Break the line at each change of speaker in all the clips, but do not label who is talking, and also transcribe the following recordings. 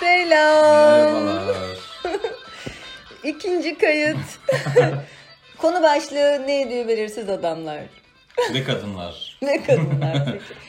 Selam.
Merhabalar.
İkinci kayıt. Konu başlığı ne ediyor belirsiz adamlar
Ve kadınlar.
ve kadınlar peki.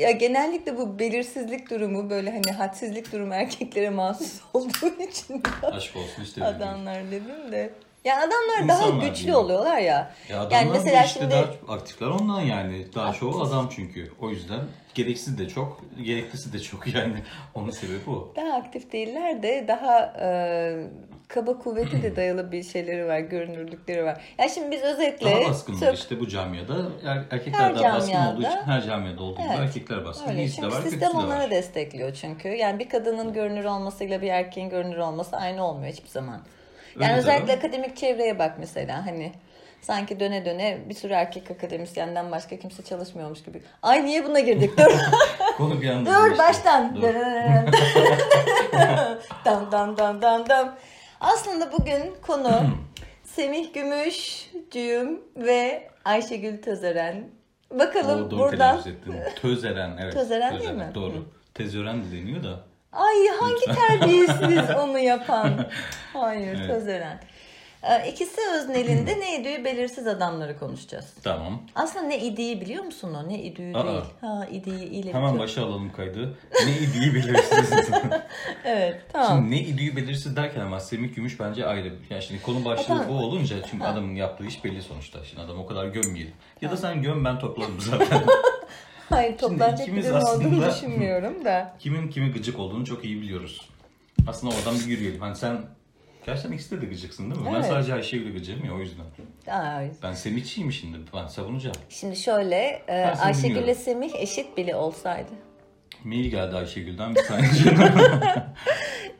Ya genellikle bu belirsizlik durumu böyle hani hadsizlik durumu erkeklere mahsus olduğu için
Aşk olsun işte. dediğim.
adamlar dedim de. Ya adamlar
İnsanlar
daha güçlü
diyeyim.
oluyorlar ya.
Ya adamlar
yani mesela
bu işte
şimdi
daha aktifler ondan yani. Daha çoğu
Aktif.
adam çünkü. O yüzden gereksiz de çok, gereklisi de çok yani. Onun sebebi o.
daha aktif değiller de daha e, kaba kuvveti de dayalı bir şeyleri var, görünürlükleri var. Ya şimdi biz özetle
Daha baskınlar
çok-
işte bu camiada. Er- Erkekler
Her
daha baskın
camiada-
olduğu için her camiada olduğu gibi
Evet.
erkekler baskın.
Öyle.
İyisi de
Çünkü
var, kötüsü de
sistem onları
var.
destekliyor çünkü. Yani bir kadının görünür olmasıyla bir erkeğin görünür olması aynı olmuyor hiçbir zaman.
Öyle
Yani
tabii.
özellikle akademik çevreye bak mesela hani sanki döne döne bir sürü erkek akademisyenden başka kimse çalışmıyormuş gibi. Ay niye buna girdik? Dur.
Konu bir anda
Dur
değişti.
baştan.
Dur.
dam dam dam dam dam. Aslında bugün konu Semih Gümüşcüğüm ve Ayşegül Tözeren. Bakalım
Oo, doğru
buradan.
telaffuz ettin. Tözeren evet.
Tözeren değil mi?
Doğru.
Hı.
Tezören de deniyor da.
Ay hangi terbiyesiz onu yapan. Hayır
Evet.
Tözeren. Ee, İkisi öznelinde ne idüğü belirsiz adamları konuşacağız.
Tamam.
Aslında ne idiği biliyor musun o? Ne idüğü
Aa.
değil. Ha idiği ile
Hemen
bitiyor.
başa alalım kaydı. Ne idüğü belirsiz.
Evet tamam.
Şimdi ne idüğü belirsiz derken ama Semih Gümüş bence ayrı. Yani şimdi konu başlığı
tamam.
bu olunca çünkü adamın yaptığı iş belli sonuçta. Şimdi adam o kadar gömmeyelim. Ya da sen göm ben toplarım zaten.
Hayır toplanacak bir
ikimiz
durum olduğunu
aslında-
düşünmüyorum da.
Kimin kimi gıcık olduğunu çok iyi biliyoruz. Aslında oradan bir yürüyelim. Hani sen Gerçekten ikisi de gıcıksın değil mi? Ben
Evet.
sadece Ayşegül'e gıcığım ya o yüzden.
Ay,
Ben Semihçiyim şimdi. Ben savunacağım.
Şimdi şöyle e,
Ben seni
Ayşegül ile
dinliyorum.
Semih eşit bile olsaydı.
Mail geldi Ayşegül'den bir tane.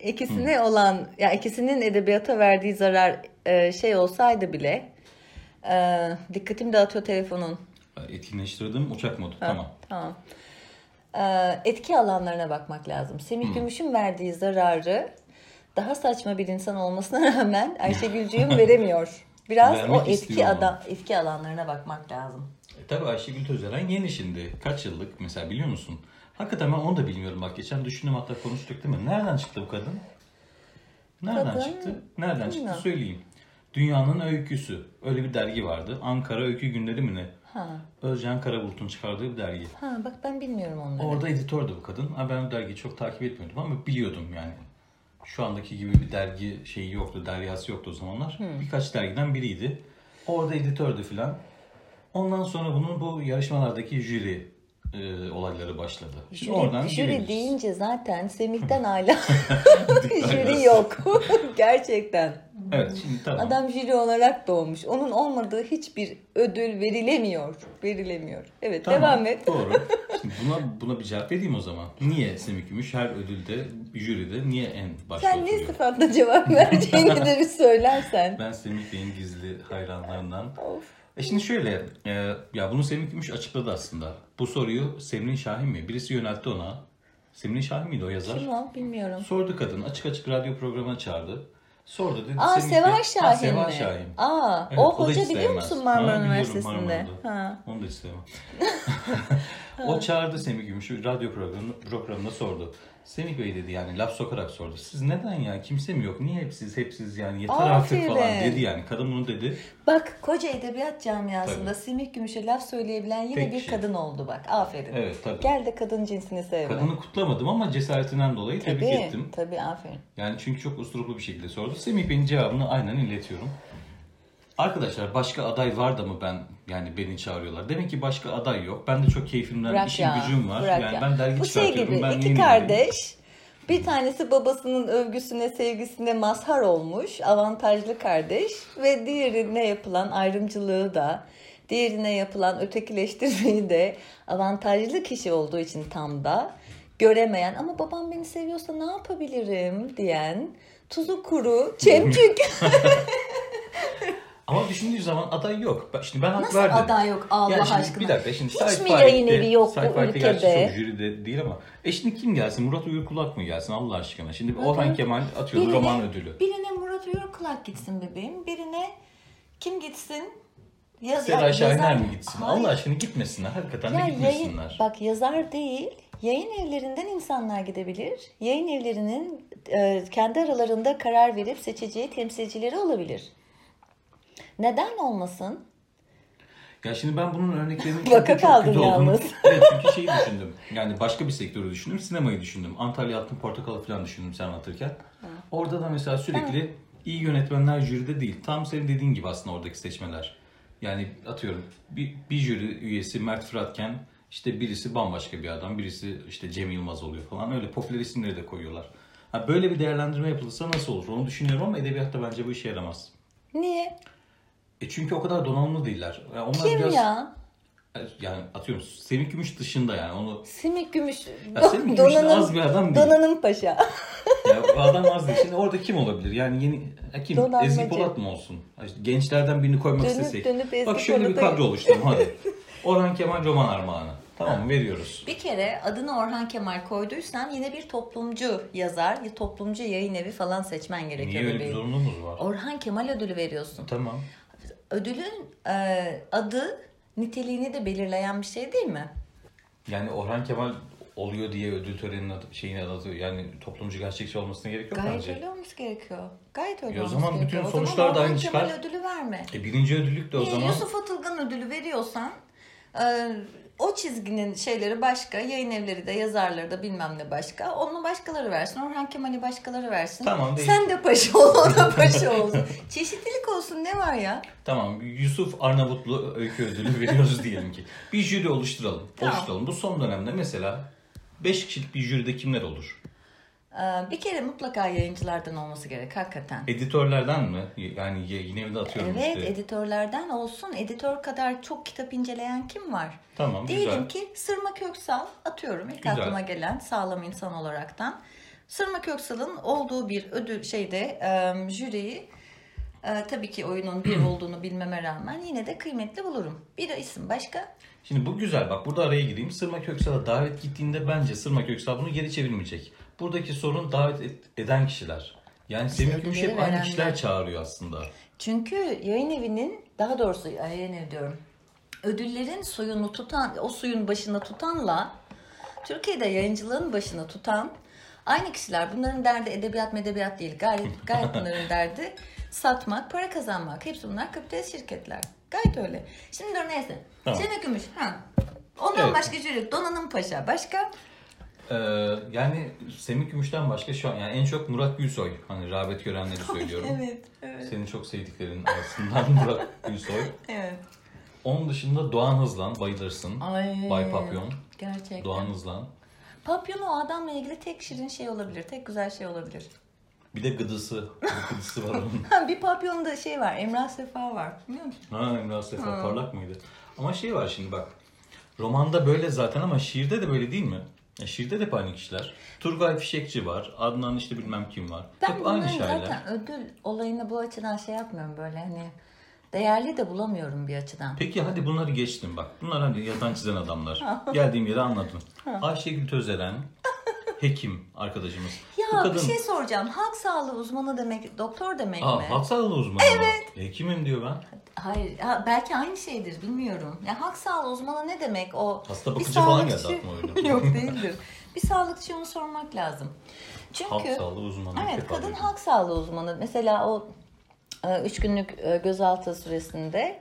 İkisine olan ya ikisinin edebiyata verdiği zarar e, şey olsaydı bile e, dikkatim dağıtıyor telefonun.
Etkinleştirdim uçak modu. Tamam.
Tamam. Ee, etki alanlarına bakmak lazım. Semih
Hmm.
Gümüş'ün verdiği zararı daha saçma bir insan olmasına rağmen Ayşegülcüğüm veremiyor. Biraz
Vermek
o etki
istiyor ama.
ada, etki alanlarına bakmak lazım.
E tabii Ayşegül Tözeren yeni şimdi. Kaç yıllık mesela biliyor musun? Hakikaten ben onu da bilmiyorum bak. Geçen düşündüm hatta konuştuk değil mi? Nereden çıktı bu kadın? Nereden
Kadın-
çıktı? Nereden çıktı
Bilmiyorum.
söyleyeyim. Dünyanın Öyküsü. Öyle bir dergi vardı. Ankara Öykü Günleri mi ne?
Ha.
Özcan Karabulut'un çıkardığı bir dergi.
Ha bak ben bilmiyorum onları.
Orada editördü bu kadın. Ha, ben bu dergiyi çok takip etmiyordum ama biliyordum yani. Şu andaki gibi bir dergi şeyi yoktu, deryası yoktu o zamanlar. Birkaç dergiden biriydi. Orada editördü filan. Ondan sonra bunun bu yarışmalardaki jüri e, olayları başladı. Şimdi
Jüri,
oradan
jüri
girebiliriz.
deyince zaten Semih'ten hala jüri
Aynen.
yok. Gerçekten.
Evet şimdi tamam.
Adam jüri olarak doğmuş. Onun olmadığı hiçbir ödül verilemiyor. Verilemiyor. Evet
Tamam,
devam et.
Doğru. Şimdi buna, buna bir cevap vereyim o zaman. Niye Semih Gümüş her ödülde, jüride niye en başta
Sen ne
oturuyor?
sıfatla cevap vereceğini de bir söylersen.
Ben Semih Bey'in gizli hayranlarından.
Of.
E şimdi şöyle, e, ya bunu Semih Gümüş açıkladı aslında. Bu soruyu Semrin Şahin mi? Birisi yöneltti ona. Semrin Şahin miydi o yazar?
Kim o bilmiyorum.
Sordu kadın, açık açık radyo programına çağırdı. Sordu dedi.
Aa
Semih Bey-
Seval
Ha,
Şahin mi?
Seva Şahin.
Aa
Evet,
o
da
hoca
hiç
biliyor
sevmez.
musun
Ha,
Marmara
biliyorum,
Üniversitesi'nde?
Marmara'da.
Ha.
Onu da hiç sevmem. o çağırdı Semih Gümüş'ü radyo programına, programına sordu. Semih Bey dedi yani laf sokarak sordu. Siz neden ya kimse mi yok? Niye hep siz hep siz yani yeter artık falan
Aferin.
dedi yani. Kadın bunu dedi.
Bak koca edebiyat camiasında
Tabii.
Semih Gümüş'e laf söyleyebilen yine
Tek
bir
kişi.
kadın oldu bak. Aferin.
Evet tabii.
Gel de kadın cinsini sevme.
Kadını kutlamadım ama cesaretinden dolayı
tabii,
tebrik ettim.
Tabii aferin.
Yani çünkü çok usturuplu bir şekilde sordu. Semih Bey'in cevabını aynen iletiyorum. Arkadaşlar başka aday var da mı ben yani beni çağırıyorlar. Demek ki başka aday yok. Ben de çok keyfimden
Bırak
işim
ya.
gücüm var.
bırak
yani
ya.
ben dergi
Bu şey
çıkartıyorum.
gibi
ben
iki
neyim diyeyim?
kardeş bir tanesi babasının övgüsüne sevgisine mazhar olmuş avantajlı kardeş ve diğerine yapılan ayrımcılığı da diğerine yapılan ötekileştirmeyi de avantajlı kişi olduğu için tam da göremeyen ama babam beni seviyorsa ne yapabilirim diyen tuzu kuru çemçük
Ama düşündüğü zaman aday yok. Ben- Şimdi ben hak
Nasıl
verdim.
aday yok Allah
Yani şimdi
aşkına?
bir dakika şimdi
Hiç
Sait
mi
Faik'te-
yayın evi yok
Sait
bu
Faik'te gerçi
ülkede?
çok jüride değil ama. E şimdi kim gelsin? Murat Uyurkulak mı gelsin Allah aşkına? Şimdi
Murat
Orhan
Uyur-
Kemal atıyor
Birine-
roman ödülü.
Birine Murat Uyurkulak gitsin bebeğim. Birine kim gitsin? Yaz,
Seray
ya-
Şahiner
yazar-
mi gitsin?
Hayır.
Allah aşkına gitmesinler. Hakikaten
Ya
de
yayın,
gitmesinler.
bak yazar değil, Yayın evlerinden insanlar gidebilir. Yayın evlerinin e, kendi aralarında karar verip seçeceği temsilcileri olabilir. Neden olmasın?
Ya şimdi ben bunun örneklerinin
Baka
çok, çok
kaldın
kötü olduğunu...
yalnız.
evet çünkü şeyi düşündüm. Yani başka bir sektörü düşündüm. Sinemayı düşündüm. Antalya Altın Portakalı falan düşündüm sen anlatırken. Orada da mesela sürekli iyi yönetmenler jüride değil. Tam senin dediğin gibi aslında oradaki seçmeler. Yani atıyorum bir, bir jüri üyesi Mert Fıratken işte birisi bambaşka bir adam. Birisi işte Cem Yılmaz oluyor falan. Öyle popüler isimleri de koyuyorlar. Ha böyle bir değerlendirme yapılırsa nasıl olur onu düşünüyorum ama edebiyatta bence bu işe yaramaz.
Niye?
E çünkü o kadar donanımlı değiller. Yani onlar
Kim
biraz
ya?
yani atıyorum Semih Gümüş dışında yani onu
Simik Gümüş.
Ya Semih Gümüş de az bir adam değil.
Donanım Paşa.
ya bu adam az değil. Şimdi orada kim olabilir? Yani yeni ya kim?
Donanmacı.
Ezgi Polat mı olsun? Ya işte gençlerden birini koymak
Dönüp
istesek.
dönüp Ezgi
Bak şöyle bir
Polat'a-
kadro oluşturalım hadi. Orhan Kemal Roman Armağanı. Tamam veriyoruz.
Bir kere adını Orhan Kemal koyduysan yine bir toplumcu yazar, bir toplumcu yayın evi falan seçmen
Niye
gerekiyor.
öyle bir
bebeğim.
zorunluluğumuz var?
Orhan Kemal ödülü veriyorsun.
Tamam.
Ödülün e, adı niteliğini de belirleyen bir şey değil mi?
Yani Orhan Kemal oluyor diye ödül töreninin adı, şeyini adı yani toplumcu gerçekçi olmasına gerek yok
Gayet
bence.
öyle olması gerekiyor. Gayet
E
öyle
o
olması
zaman bütün
gerekiyor.
sonuçlar da
Orhan
aynı
Kemal
çıkar.
ödülü verme.
E birinci ödüllük de o
Niye?
zaman
Yusuf Atılgan ödülü veriyorsan e, o çizginin şeyleri başka, yayın evleri de, yazarları da bilmem ne başka. Onu başkaları versin, Orhan Kemal'i başkaları versin.
Tamam, değil.
Sen de paşa ol, o da paşa olsun. Çeşitlilik olsun ne var ya?
Tamam Yusuf Arnavutlu öykü ödülü veriyoruz diyelim ki. Bir jüri oluşturalım.
Tamam.
Oluşturalım. Bu son dönemde mesela 5 kişilik bir jüride kimler olur?
E, bir kere mutlaka yayıncılardan olması gerek hakikaten.
Editörlerden mi? Yani ye- yine bir de atıyorum
Evet,
işte.
editörlerden olsun. Editör kadar çok kitap inceleyen kim var?
Tamam,
Diyelim
güzel.
ki Sırma Köksal, atıyorum ilk
Güzel.
aklıma gelen sağlam insan olaraktan. Sırma Köksal'ın olduğu bir ödül şeyde e, jüriyi e, tabii ki oyunun bir olduğunu bilmeme rağmen yine de kıymetli bulurum. Bir de isim başka.
Şimdi bu güzel bak burada araya gireyim. Sırma Köksal'a davet gittiğinde bence Sırma Köksal bunu geri çevirmeyecek. Buradaki sorun davet et- eden kişiler. Yani Semih Gümüş hep
ödülleri
aynı
verenler.
kişiler çağırıyor aslında.
Çünkü yayın evinin daha doğrusu ay, yayın evi diyorum. Ödüllerin suyunu tutan, o suyun başında tutanla Türkiye'de yayıncılığın başına tutan aynı kişiler. Bunların derdi edebiyat medebiyat değil. Gayet, gayet bunların derdi satmak, para kazanmak. Hepsi bunlar kapitalist şirketler. Gayet öyle. Şimdi dur neyse.
Tamam.
Cem Gümüş. Ha. Ondan
Evet.
başka jüri. Donanım Paşa. Başka?
Ee, yani Semih Gümüş'ten başka şu an yani en çok Murat Gülsoy. Hani rağbet görenleri söylüyorum.
Evet. Evet.
Senin çok sevdiklerin arasından Murat Gülsoy.
evet.
Onun dışında Doğan Hızlan bayılırsın.
Ay.
Bay Papyon.
Gerçekten.
Doğan Hızlan.
Papyon o adamla ilgili tek şirin şey olabilir. Tek güzel şey olabilir.
Bir de gıdısı. Bir gıdısı var onun.
Ha, bir papyonda şey var. Emrah Sefa var. Biliyor musun?
Ha Emrah Sefa parlak mıydı? Ama şey var şimdi bak. Romanda böyle zaten ama şiirde de böyle değil mi? Ya şiirde de hep aynı kişiler. Turgay Fişekçi var. Adnan işte bilmem kim var.
Ben
hep
bunların
aynı şairler.
zaten ödül olayını bu açıdan şey yapmıyorum böyle hani değerli de bulamıyorum bir açıdan.
Peki hadi bunları geçtim bak. Bunlar hani yazan çizen adamlar. Geldiğim yeri anladım. Ayşegül Tözeren, hekim arkadaşımız. Bu
Ya bir şey soracağım. Halk sağlığı uzmanı demek doktor demek mi?
Aa, halk sağlığı uzmanı Evet. Hekimim diyor ben.
Hayır. ha, belki aynı şeydir bilmiyorum. Ya halk sağlığı uzmanı ne demek o?
Hasta
bir
bakıcı falan
sağlıkçı-
geldi aklıma öyle.
Yok değildir. Bir sağlıkçıya onu sormak lazım. Çünkü
Halk sağlığı uzmanı. ilk
Evet,
defa
kadın
duydum.
halk sağlığı uzmanı. Mesela o e, üç günlük e, gözaltı süresinde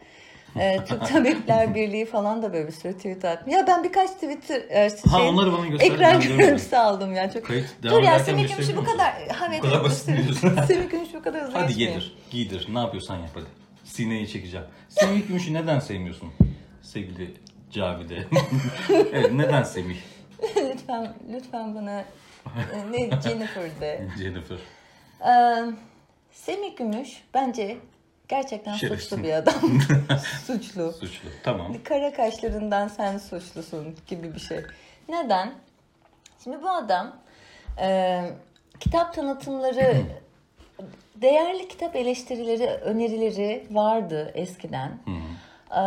e, Türk Tabipler Birliği falan da böyle bir sürü tweet attım. Ya ben birkaç Twitter e,
Ha,
şey,
onları bana göster, ben
ekran
görmedim.
görüntüsü aldım yani çok.
Kayıt
Dur
devam
ya
ederken
Semih
gösterebilir
Gümüş'ü bu
misin?
kadar ha,
Bu
evet,
kadar basit
gösterir.
diyorsun.
Semih Gümüş bu kadar hızlı
Hadi
geçmiyor.
gelir. Giydir. Ne yapıyorsan yap hadi. Sineği çekeceğim. Semih Gümüş'ü neden sevmiyorsun? Sevgili Cavide. evet neden Semih?
lütfen lütfen bana e, ne Jennifer de.
Jennifer.
Ee, Semih Gümüş bence gerçekten
Şerefsiz.
suçlu bir adam. suçlu.
Suçlu. Tamam.
Kara kaşlarından sen suçlusun gibi bir şey. Neden? Şimdi bu adam e, kitap tanıtımları, değerli kitap eleştirileri, önerileri vardı eskiden. E,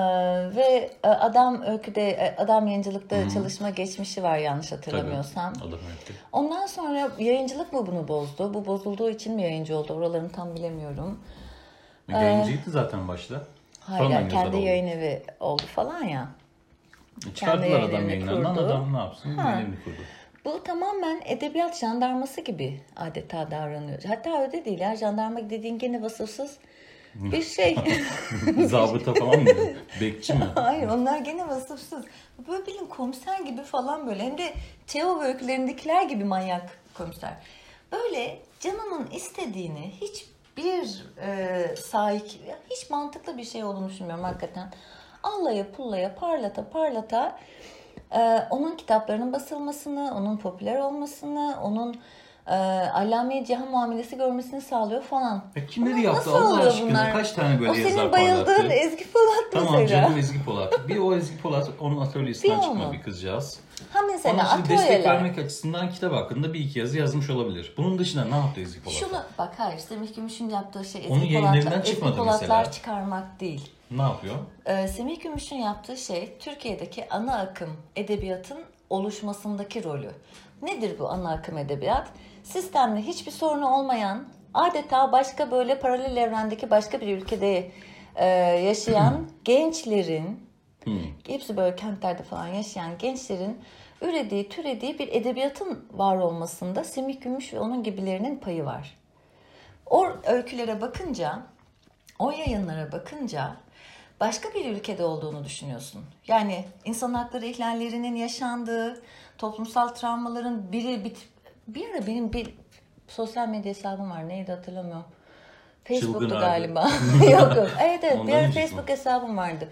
ve e, adam öyküde, e, adam yayıncılıkta çalışma geçmişi var yanlış hatırlamıyorsam.
Adam öptü.
Ondan sonra yayıncılık mı bunu bozdu? Bu bozulduğu için mi yayıncı oldu? Oralarını tam bilemiyorum.
Yayıncıydı zaten başta.
Ee, Hayır, yani
yayıncılar
kendi
oldu.
yayın evi oldu falan ya.
E, Çıkardılar adam
yayınlarını
yayınlarından
kurdu.
adam ne yapsın?
Ha.
Yayınlarını kurdu.
Bu tamamen edebiyat jandarması gibi adeta davranıyor. Hatta öyle değil ya jandarma dediğin gene vasıfsız bir şey.
Zabıta falan mı? Bekçi mi?
Hayır onlar gene vasıfsız. Böyle bilin komiser gibi falan böyle. Hem de Teo ve öykülerindekiler gibi manyak komiser. Böyle canının istediğini hiçbir e, sahip, hiç mantıklı bir şey olduğunu düşünmüyorum hakikaten. Allaya pullaya parlata parlata e, onun kitaplarının basılmasını, onun popüler olmasını, onun e, allame cihan muamelesi görmesini sağlıyor falan.
Ya kimleri
Ama
yaptı
nasıl
Allah
oluyor
aşkına? Kaç tane böyle
O senin
yazar
bayıldığın
parlattı?
Ezgi Polat
Tamam
mesela.
canım Ezgi Polat. Bir o Ezgi Polat onun atölyesinden
Bir o
çıkma
mu?
bir kızcağız.
Ha mesela
Ona şimdi destek
atölyeler.
vermek açısından kitap hakkında bir iki yazı yazmış olabilir. Bunun dışında ne yaptı Ezgi Polat?
Şunu bak hayır Semih Gümüş'ün yaptığı şey
Onun
Ezgi
yayınlarından
Polatlar, Ezgi
çıkmadı
Polatlar
mesela.
çıkarmak değil.
Ne yapıyor?
Ee, Semih Gümüş'ün yaptığı şey Türkiye'deki ana akım edebiyatın oluşmasındaki rolü. Nedir bu ana akım edebiyat? Sistemle hiçbir sorunu olmayan adeta başka böyle paralel evrendeki başka bir ülkede e, yaşayan gençlerin
Hmm.
hepsi böyle kentlerde falan yaşayan gençlerin ürediği, türediği bir edebiyatın var olmasında Semih Gümüş ve onun gibilerinin payı var. O öykülere bakınca, o yayınlara bakınca başka bir ülkede olduğunu düşünüyorsun. Yani insan hakları ihlallerinin yaşandığı, toplumsal travmaların biri bit bir ara benim bir sosyal medya hesabım var. Neydi hatırlamıyorum. Facebook'tu
Çılgın
galiba. yok yok. Evet evet. Bir
Ondan
ara
öncesi mi?
Facebook hesabım vardı.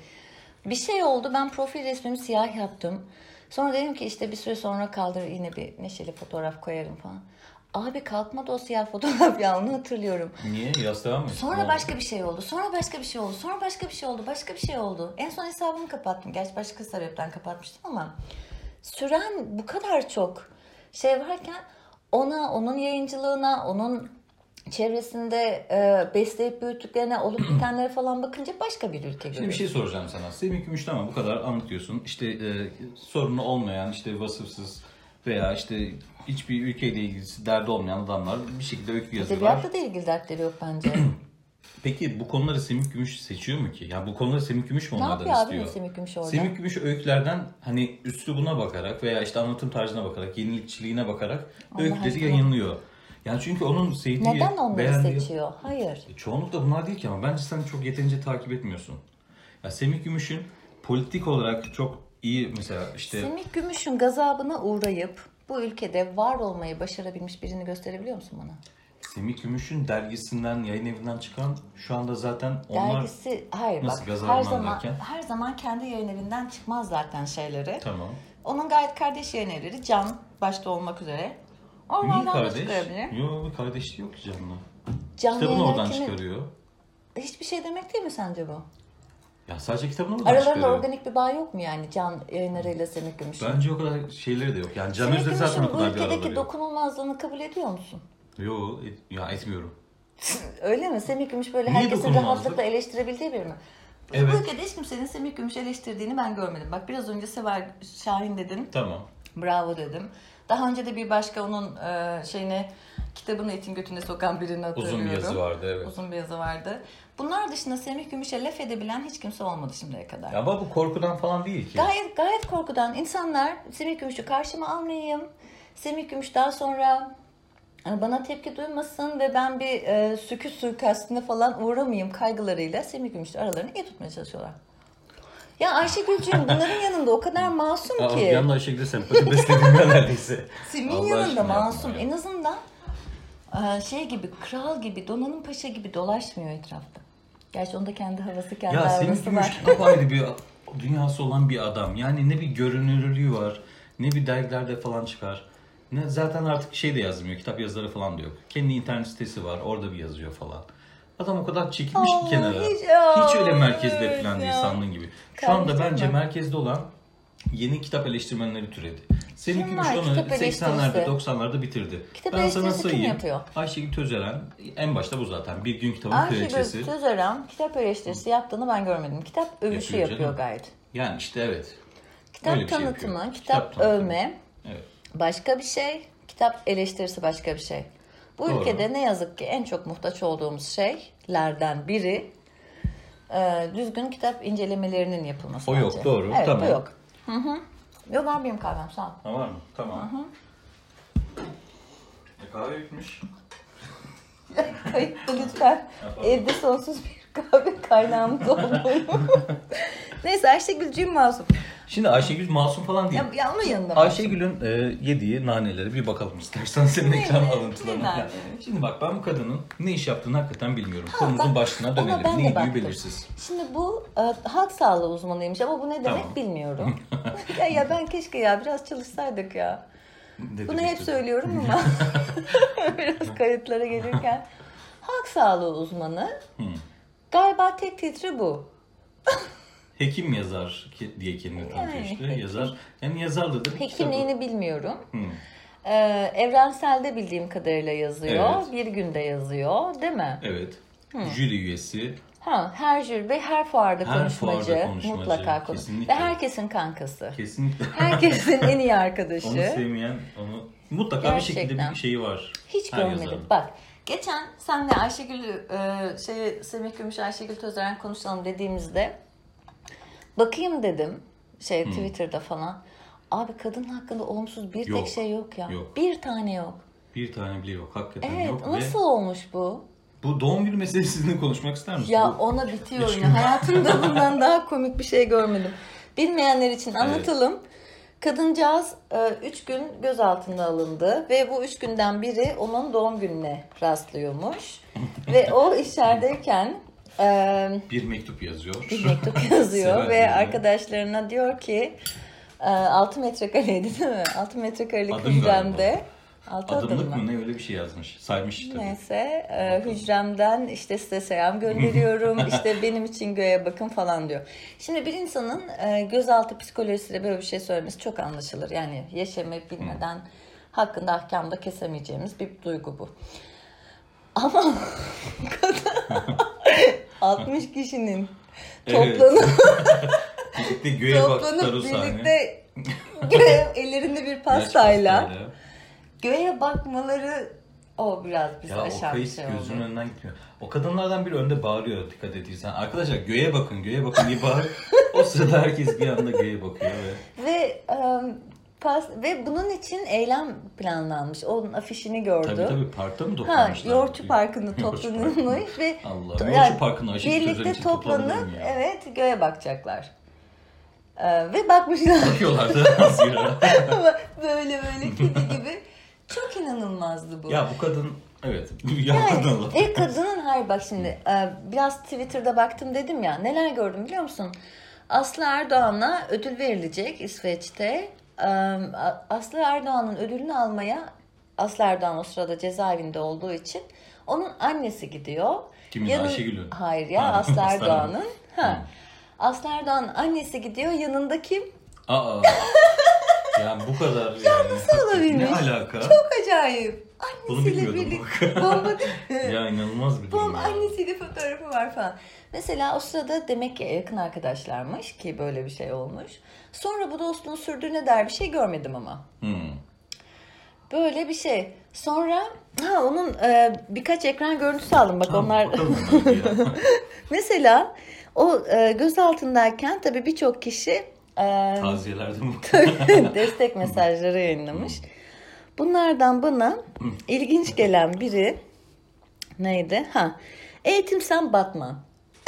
Bir şey oldu. Ben profil resmimi siyah yaptım. Sonra dedim ki işte bir süre sonra kaldır yine bir neşeli fotoğraf koyarım falan. Abi kalkmadı o siyah fotoğraf ya onu hatırlıyorum.
Niye? Yastığa mı? Ne
Sonra
oldu?
başka bir şey oldu. Sonra başka bir şey oldu. Sonra başka bir şey oldu. Başka bir şey oldu. En son hesabımı kapattım. Gerçi başka sebepten kapatmıştım ama süren bu kadar çok şey varken ona, onun yayıncılığına, onun çevresinde e, besleyip büyüttüklerine, olup bitenlere falan bakınca başka bir ülke
Şimdi bir
görüyorsun.
şey soracağım sana. Semih Gümüş tamam bu kadar anlatıyorsun. İşte e, sorunu olmayan, işte vasıfsız veya işte hiçbir ülkeyle ilgisi derdi olmayan adamlar bir şekilde öykü yazıyorlar.
Edebiyatla da ilgili dertleri yok bence.
Peki bu konuları Semih Gümüş seçiyor mu ki? Ya bu konuları Semih Gümüş mü
ne
onlardan
yapıyor abi
istiyor?
Semih Gümüş orada?
Semih Gümüş öykülerden hani üslubuna bakarak veya işte anlatım tarzına bakarak, yenilikçiliğine bakarak
Allah aşkına.
öyküleri yayınlıyor. Yani çünkü onun sevdiği,
Neden onları
beğendiği... E,
seçiyor? Hayır.
Çoğunlukla bunlar değil ki ama bence sen çok yeterince takip etmiyorsun. Ya Semih Gümüş'ün politik olarak çok iyi mesela işte
Semih Gümüş'ün gazabına uğrayıp bu ülkede var olmayı başarabilmiş birini gösterebiliyor musun bana?
Semih Gümüş'ün dergisinden, yayın evinden çıkan şu anda zaten onlar...
Dergisi hayır
nasıl
bak
gazabından
her zaman
derken?
her zaman kendi yayın evinden çıkmaz zaten şeyleri.
Tamam.
Onun gayet kardeş yayın evleri Can başta olmak üzere.
Niye
Oralardan da
kardeş?
çıkarabilir.
Yok kardeşliği yok ki canlı.
Can
Kitabını
yayınları
oradan
kimin-
çıkarıyor.
Hiçbir şey demek değil mi sence bu?
Ya sadece kitabını oradan
Aralarında
çıkarıyor.
organik bir bağ yok mu yani Can yayınlarıyla Semih Gümüş'ün?
Bence o kadar şeyleri de yok. Yani Can
Semih
Özdemir zaten o
Gümüş'ün bu
kadar bir araları
ülkedeki
yok.
dokunulmazlığını kabul ediyor musun?
Yo, et- ya etmiyorum.
Öyle mi? Semih Gümüş böyle
Niye
herkesin
dokunulmazlık?
rahatlıkla eleştirebildiği biri mi?
Evet.
Bu ülkede hiç kimsenin Semih Gümüş'ü eleştirdiğini ben görmedim. Bak biraz önce Sever Şahin dedin.
Tamam.
Bravo dedim. Daha önce de bir başka onun e, şeyine kitabını etin götüne sokan birini hatırlıyorum.
Uzun bir yazı vardı evet.
Uzun bir yazı vardı. Bunlar dışında Semih Gümüş'e laf edebilen hiç kimse olmadı şimdiye kadar.
Ya Ama bu korkudan falan değil ki.
Gayet gayet korkudan insanlar Semih Gümüş'ü karşıma almayayım. Semih Gümüş daha sonra e, bana tepki duymasın ve ben bir e, süküt suikastine falan uğramayayım kaygılarıyla Semih Gümüş'le aralarını iyi tutmaya çalışıyorlar. Ya Ayşegül'cüğüm bunların yanında o kadar masum
Aa,
ki.
bir anda Ayşegül'e sempati besledim ya neredeyse.
Simin
Allah
yanında
aşkına yapma
masum.
ya.
En azından e, şey gibi, kral gibi, donanım paşa gibi dolaşmıyor etrafta. Gerçi onda kendi havası, kendi
Ya Semih
havası
Gümüş
var.
apayrı bir dünyası olan bir adam. Yani ne bir görünürlüğü var, ne bir dergilerde falan çıkar. Ne, zaten artık şey de yazmıyor, kitap yazarı falan da yok. Kendi internet sitesi var, orada bir yazıyor falan. Adam o kadar çekilmiş
Aa,
ki kenara.
hiç-
Hiç,
aa,
öyle merkezde
evet
falan değil
ya.
sandığın gibi. Şu anda
Kardeşim
bence
mi?
merkezde olan yeni kitap eleştirmenleri türedi. Semih
Kim
Gümüş
var
onu
kitap
80'lerde,
eleştirisi?
90'larda bitirdi.
Kitap
ben sana
eleştirisi kim
sayayım.
yapıyor?
Ayşegül Tözeren en başta bu zaten. Bir gün kitabın
Ayşegül
kraliçesi.
Sözören kitap eleştirisi yaptığını ben görmedim. Kitap övüşü
Yapıyor
yapıyor,
canım.
gayet.
Yani işte evet.
Kitap
Öyle bir şey
tanıtımı,
yapıyor.
kitap,
Kitap tanıtımı.
övme
Evet.
başka bir şey, kitap eleştirisi başka bir şey. Bu
Doğru.
ülkede ne yazık ki en çok muhtaç olduğumuz şeylerden biri e, düzgün kitap incelemelerinin yapılması.
O yok,
bence.
doğru,
Evet,
tamam.
bu yok. Yok var benim kahvem sağ ol.
Ha var mı? Tamam. E, kahve bitmiş.
Kayıtta lütfen evde sonsuz bir kahve kaynağımız olduğunu. Neyse Ayşegül'cüğüm masum.
Şimdi Ayşegül masum falan değil.
Ya, ya onun yanında masum.
Ayşegül'ün e, yediği naneleri bir bakalım istersen senin ekran
Ne- ne
alıntılarına.
nane?
Şimdi bak ben bu kadının ne iş yaptığını hakikaten bilmiyorum.
bak,
Konumuzun başlığına
ona
dönelim.
ben
Ne
de baktım.
yediği belirsiz.
Şimdi bu e, halk sağlığı uzmanıymış ama bu ne demek
Tamam.
bilmiyorum. ya, ya ben keşke ya biraz çalışsaydık ya.
Dedi
Bunu hep
Victor.
söylüyorum ama biraz kayıtlara gelirken. Halk sağlığı uzmanı galiba tek titri bu.
Hekim yazar ki- diye kendini
Yani.
tanıtmıştı. Yazar. Yani yazardı da bir kitabı-
Hekimliğini bilmiyorum.
Hı.
Ee, evrenselde bildiğim kadarıyla yazıyor.
Evet.
Bir günde yazıyor değil mi?
Evet. Jüri üyesi.
Ha, her jüri ve her fuarda
Her
konuşmacı,
fuarda konuşmacı,
mutlaka konuş. Ve
kesinlikle.
herkesin kankası.
Kesinlikle.
Herkesin en iyi
onu
arkadaşı.
sevmeyen onu mutlaka bir şekilde
Gerçekten.
bir şeyi var.
Hiç
her
görmedim.
yazarın.
Bak geçen senle Ayşegül e, şey Semih Gümüş Ayşegül Tözeren konuşalım dediğimizde bakayım dedim şey
Hmm.
Twitter'da falan. Abi kadın hakkında olumsuz bir
Yok,
tek şey yok ya.
yok.
Bir tane yok.
Bir tane bile yok. Hakikaten
Evet,
yok.
nasıl
Ve
olmuş bu?
bu doğum günü meselesini konuşmak ister misin?
Ya
Bu-
ona bitiyor
Hiç
ya. Hayatımda bundan daha komik bir şey görmedim. Bilmeyenler için anlatalım. Kadıncağız 3 gün gözaltına alındı ve bu 3 günden biri onun doğum gününe rastlıyormuş. ve o içerideyken e,
Bir mektup yazıyor.
bir mektup yazıyor ve
Sevenlerine.
arkadaşlarına diyor ki e, 6 metrekareydi değil mi? 6 metrekarelik
Adım
hücremde. 6 adım,
Adımlık
mı?
mı ne öyle bir şey yazmış. Saymış tabii.
Neyse e, hücremden işte size selam gönderiyorum işte benim için göğe bakın falan diyor. Şimdi bir insanın e, gözaltı psikolojisiyle böyle bir şey söylemesi çok anlaşılır. Yani yaşamayı bilmeden hakkında ahkamda kesemeyeceğimiz bir duygu bu. Ama kadın- 60 kişinin
Evet.
toplanıp,
Birlikte göğe
toplanıp
baktılar o sahne.
birlikte göğe- ellerinde bir
Yaş
pastayla
pastayla.
göğe bakmaları o biraz bizi
Ya o
aşan bir
kayıt
şey oldu.
gözünün önünden gitmiyor. O kadınlardan biri önde bağırıyor dikkat ettiysen. Arkadaşlar göğe bakın göğe bakın diye bağırıyor. o sırada herkes bir anda göğe bakıyor ve
Ve e, pas ve bunun için eylem planlanmış. Onun afişini gördüm.
tabii tabii parkta mı
Ha,
toplanmışlar?
Yoğurtçu Parkı'nda
Yoğurtçu Parkı.
toplanılmış ve
Allah,
to-
Yoğurtçu Parkı'na aşırı
birlikte
sözler için
toplanıp
toplanılır mı ya?
evet göğe bakacaklar. E, ve bakmışlar
Bakıyorlardı az bir ara.
böyle böyle kedi gibi. Çok inanılmazdı bu.
Ya bu kadın evet.
Yani,
Ya kadın Allah.
ve kadının hayır bak şimdi e, biraz Twitter'da baktım dedim ya neler gördüm biliyor musun? Aslı Erdoğan'a ödül verilecek İsveç'te. E, A- Aslı Erdoğan'ın ödülünü almaya Aslı Erdoğan o sırada cezaevinde olduğu için onun annesi gidiyor.
Kimin?
Yanın-
Ayşegül'ün?
Hayır ya
Ha,
Aslı
Aslı Hmm. Erdoğan.
Erdoğan'ın. Ha. Aslı Erdoğan'ın annesi gidiyor yanında kim?
Aa. Yani bu kadar yani.
Nasıl olabilmiş?
Ne alaka?
Çok acayip.
Bunu
Annesiyle
bilmiyordum
birlikte. Bomba değil mi?
Ya inanılmaz bir durum.
Babam
ya.
annesiyle fotoğrafı var falan. Mesela o sırada demek ki yakın arkadaşlarmış ki böyle bir şey olmuş. Sonra bu dostluğun sürdüğüne dair bir şey görmedim ama.
Hmm.
Böyle bir şey. Sonra ha onun e, birkaç ekran görüntüsü aldım bak
Tamam,
onlar.
bakalım onlara bir ya.
Mesela o e, gözaltındayken tabii birçok kişi e,
Taziyelerde mi?
destek mesajları yayınlamış. Bunlardan bana ilginç gelen biri neydi? Ha. Eğitim sen Batman.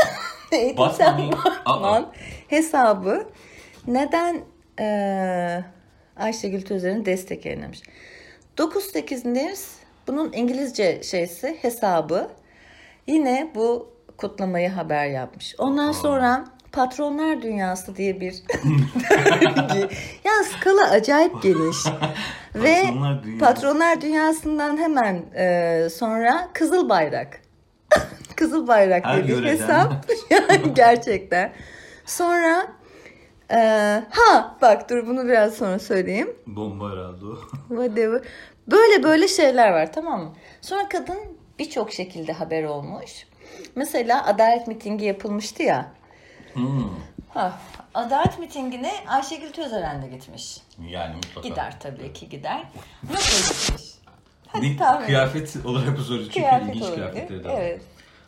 Eğitim sen
Batman'ı-
Batman hesabı neden eee Ayşegül Tözer'in destek yayınlamış? 98 News bunun İngilizce şeysi hesabı yine bu kutlamayı haber yapmış. Ondan sonra Patronlar Dünyası diye bir dergi. Ya skala acayip geniş. Ve
Patronlar Dünyası.
Patronlar Dünyası'ndan hemen e, sonra Kızıl Bayrak. Kızıl Bayrak
Her
diye bir
yöreden.
hesap. yani gerçekten. Sonra e, ha bak dur bunu biraz sonra söyleyeyim.
Bomba herhalde o.
Whatever. Böyle böyle şeyler var tamam mı? Sonra kadın birçok şekilde haber olmuş. Mesela adalet mitingi yapılmıştı ya.
Hmm.
Ha, adalet mitingine Ayşegül Tözeren de gitmiş.
Yani mutlaka.
Gider tabii ki gider. Nasıl gitmiş?
Ne-
tahmin et.
kıyafet olarak bu soru çünkü
Kıyafet
ilginç
olabilir.
kıyafetleri de var.
Evet.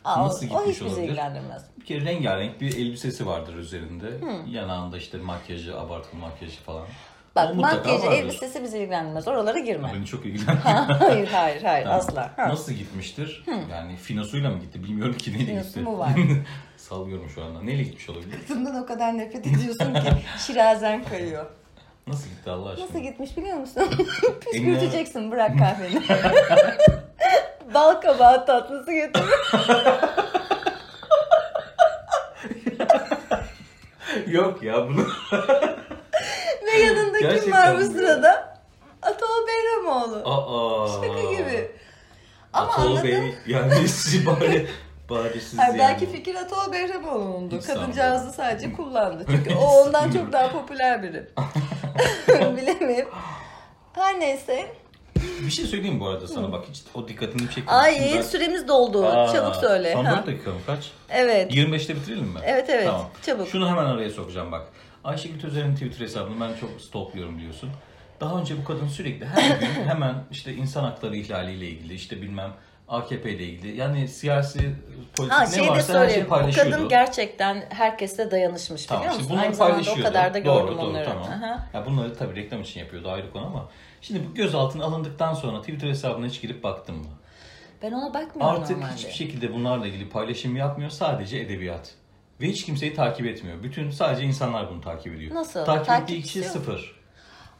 Aa,
Nasıl
o, o
gitmiş
hiç bizi
olabilir?
ilgilendirmez.
Bir kere rengarenk bir elbisesi vardır üzerinde. Yanağında işte makyajı, abartılı makyajı falan. O
Bak
mutlaka
makyajı,
vardır.
elbisesi bizi ilgilendirmez. Oralara girme.
Beni çok ilgilendiriyor.
hayır hayır hayır
Yani
asla. Ha.
Nasıl gitmiştir? Yani finosuyla mı gitti? Bilmiyorum ki neyle
Finosu
gitti.
mu var?
Sallıyorum şu anda. Neyle gitmiş olabilir?
Bundan o kadar nefret ediyorsun ki şirazen kayıyor.
Nasıl gitti Allah aşkına?
Nasıl gitmiş biliyor musun? Püskürteceksin bırak kahveni. Bal kabağı tatlısı getir.
Yok ya bunu.
Ve yanında kim
Gerçekten
var bu
mi?
sırada? Atol Behramoğlu.
Aa.
Şaka gibi. Ama
Ama Atol
anladım.
Bey yani siz bari bari siz
Hayır,
yani.
belki fikir Atol Behramoğlu'ndu.
Hiç
Kadıncağızı
sanmıyorum.
sadece kullandı. Çünkü o ondan çok daha popüler biri. Bilemeyim. Her neyse.
Bir şey söyleyeyim bu arada sana bak hiç o dikkatini çekti.
Ay süremiz doldu.
Aa,
Çabuk söyle.
Son
Ha.
4 dakika mı kaç?
Evet.
25'te bitirelim mi?
Evet, evet.
Tamam.
Çabuk.
Şunu hemen araya sokacağım bak. Ayşegül Tözer'in Twitter hesabını ben çok stalkluyorum biliyorsun. Daha önce bu kadın sürekli her gün hemen işte insan hakları ihlaliyle ilgili işte bilmem AKP ile ilgili yani siyasi politik
Ha
ne
şeyi de
varsa her şeyi
söyleyeyim. Bu
paylaşıyordu.
kadın gerçekten herkesle dayanışmış
Tamam
biliyor
işte
musun?
bunları
Aynı zamanda o
paylaşıyordu.
kadar da
doğru,
gördüm
doğru,
onları.
Tamam.
Aha.
Ya bunları tabii reklam için yapıyordu ayrı konu ama şimdi bu gözaltına alındıktan sonra Twitter hesabına hiç girip baktın mı?
Ben ona bakmıyorum
Artık
normalde.
hiçbir şey- şekilde bunlarla ilgili paylaşım yapmıyor. Sadece edebiyat. Ve hiç kimseyi takip etmiyor. Bütün sadece insanlar bunu takip ediyor.
Nasıl?
Takip,
Takipçisi
ettiği kişi
yok.
sıfır.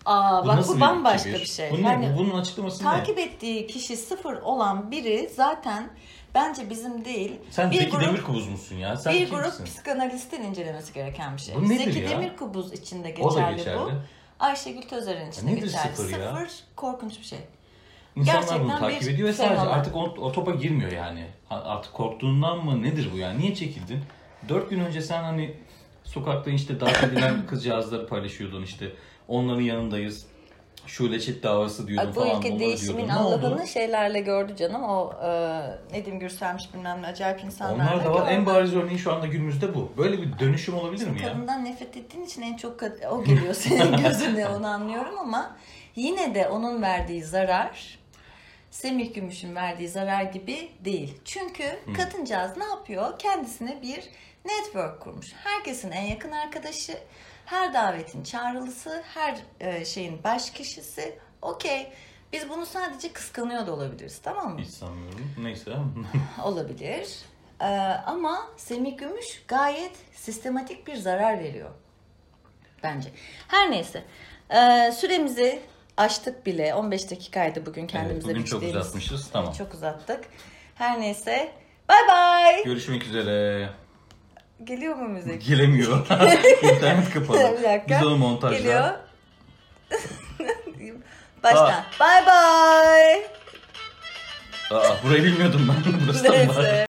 Aa bak bu
nasıl
bambaşka bir
kibir?
şey.
Bu ne?
yani
Bu- Bunun açıklaması
takip
ne?
ettiği kişi sıfır olan biri zaten bence bizim değil.
Sen
bir
Zeki
grup
Demirkubuz musun ya? Sen
bir
kimsin?
grup psikanalistin incelemesi gereken bir şey.
Bu nedir
Zeki
ya?
Demirkubuz için de
O da
geçerli,
geçerli.
bu. Ayşegül Tözer'in için de
nedir
geçerli.
sıfır ya?
korkunç bir şey.
İnsanlar
Gerçekten
bunu takip
bir şey
ediyor ve sadece
fenomen.
artık o, o topa girmiyor yani. A- Artık korktuğundan mı nedir bu yani? Niye çekildin? Dört gün önce sen hani sokakta işte darp edilen kızcağızları paylaşıyordun işte. Onların yanındayız. Şule çet davası diyordun
Ay, bu
falan.
ülke
bunları
değişimin
diyordun. Ne oldu?
Allah'ını şeylerle gördü canım. O e, Nedim Gürselmiş bilmem ne acayip insanlar.
Onlar da var. En bariz örneği şu anda günümüzde bu. Böyle bir dönüşüm olabilir mi ya?
Kadından nefret ettiğin için en çok kad- o geliyor senin gözüne onu anlıyorum ama yine de onun verdiği zarar Semih Gümüş'ün verdiği zarar gibi değil. Çünkü kadıncağız ne yapıyor? Kendisine bir network kurmuş. Herkesin en yakın arkadaşı, her davetin çağrılısı, her e, şeyin baş kişisi. Okey. Biz bunu sadece kıskanıyor da olabiliriz tamam mı?
Hiç sanmıyorum. Neyse.
Olabilir. Ee, ama Semih Gümüş gayet sistematik bir zarar veriyor. Bence. Her neyse. Ee, süremizi aştık bile. 15 dakikaydı bugün kendimize
bugün çok
biçtiğimiz-
uzatmışız. Tamam.
şey Çok uzattık. Her neyse. Bay bay.
Görüşmek üzere.
Geliyor mu müzik?
Gelemiyor. İnternet kapalı.
Bir dakika.
Biz onu montajla.
Geliyor. Baştan. Bay bay.
Aa, burayı bilmiyordum ben. Burası da mı var?
Neyse.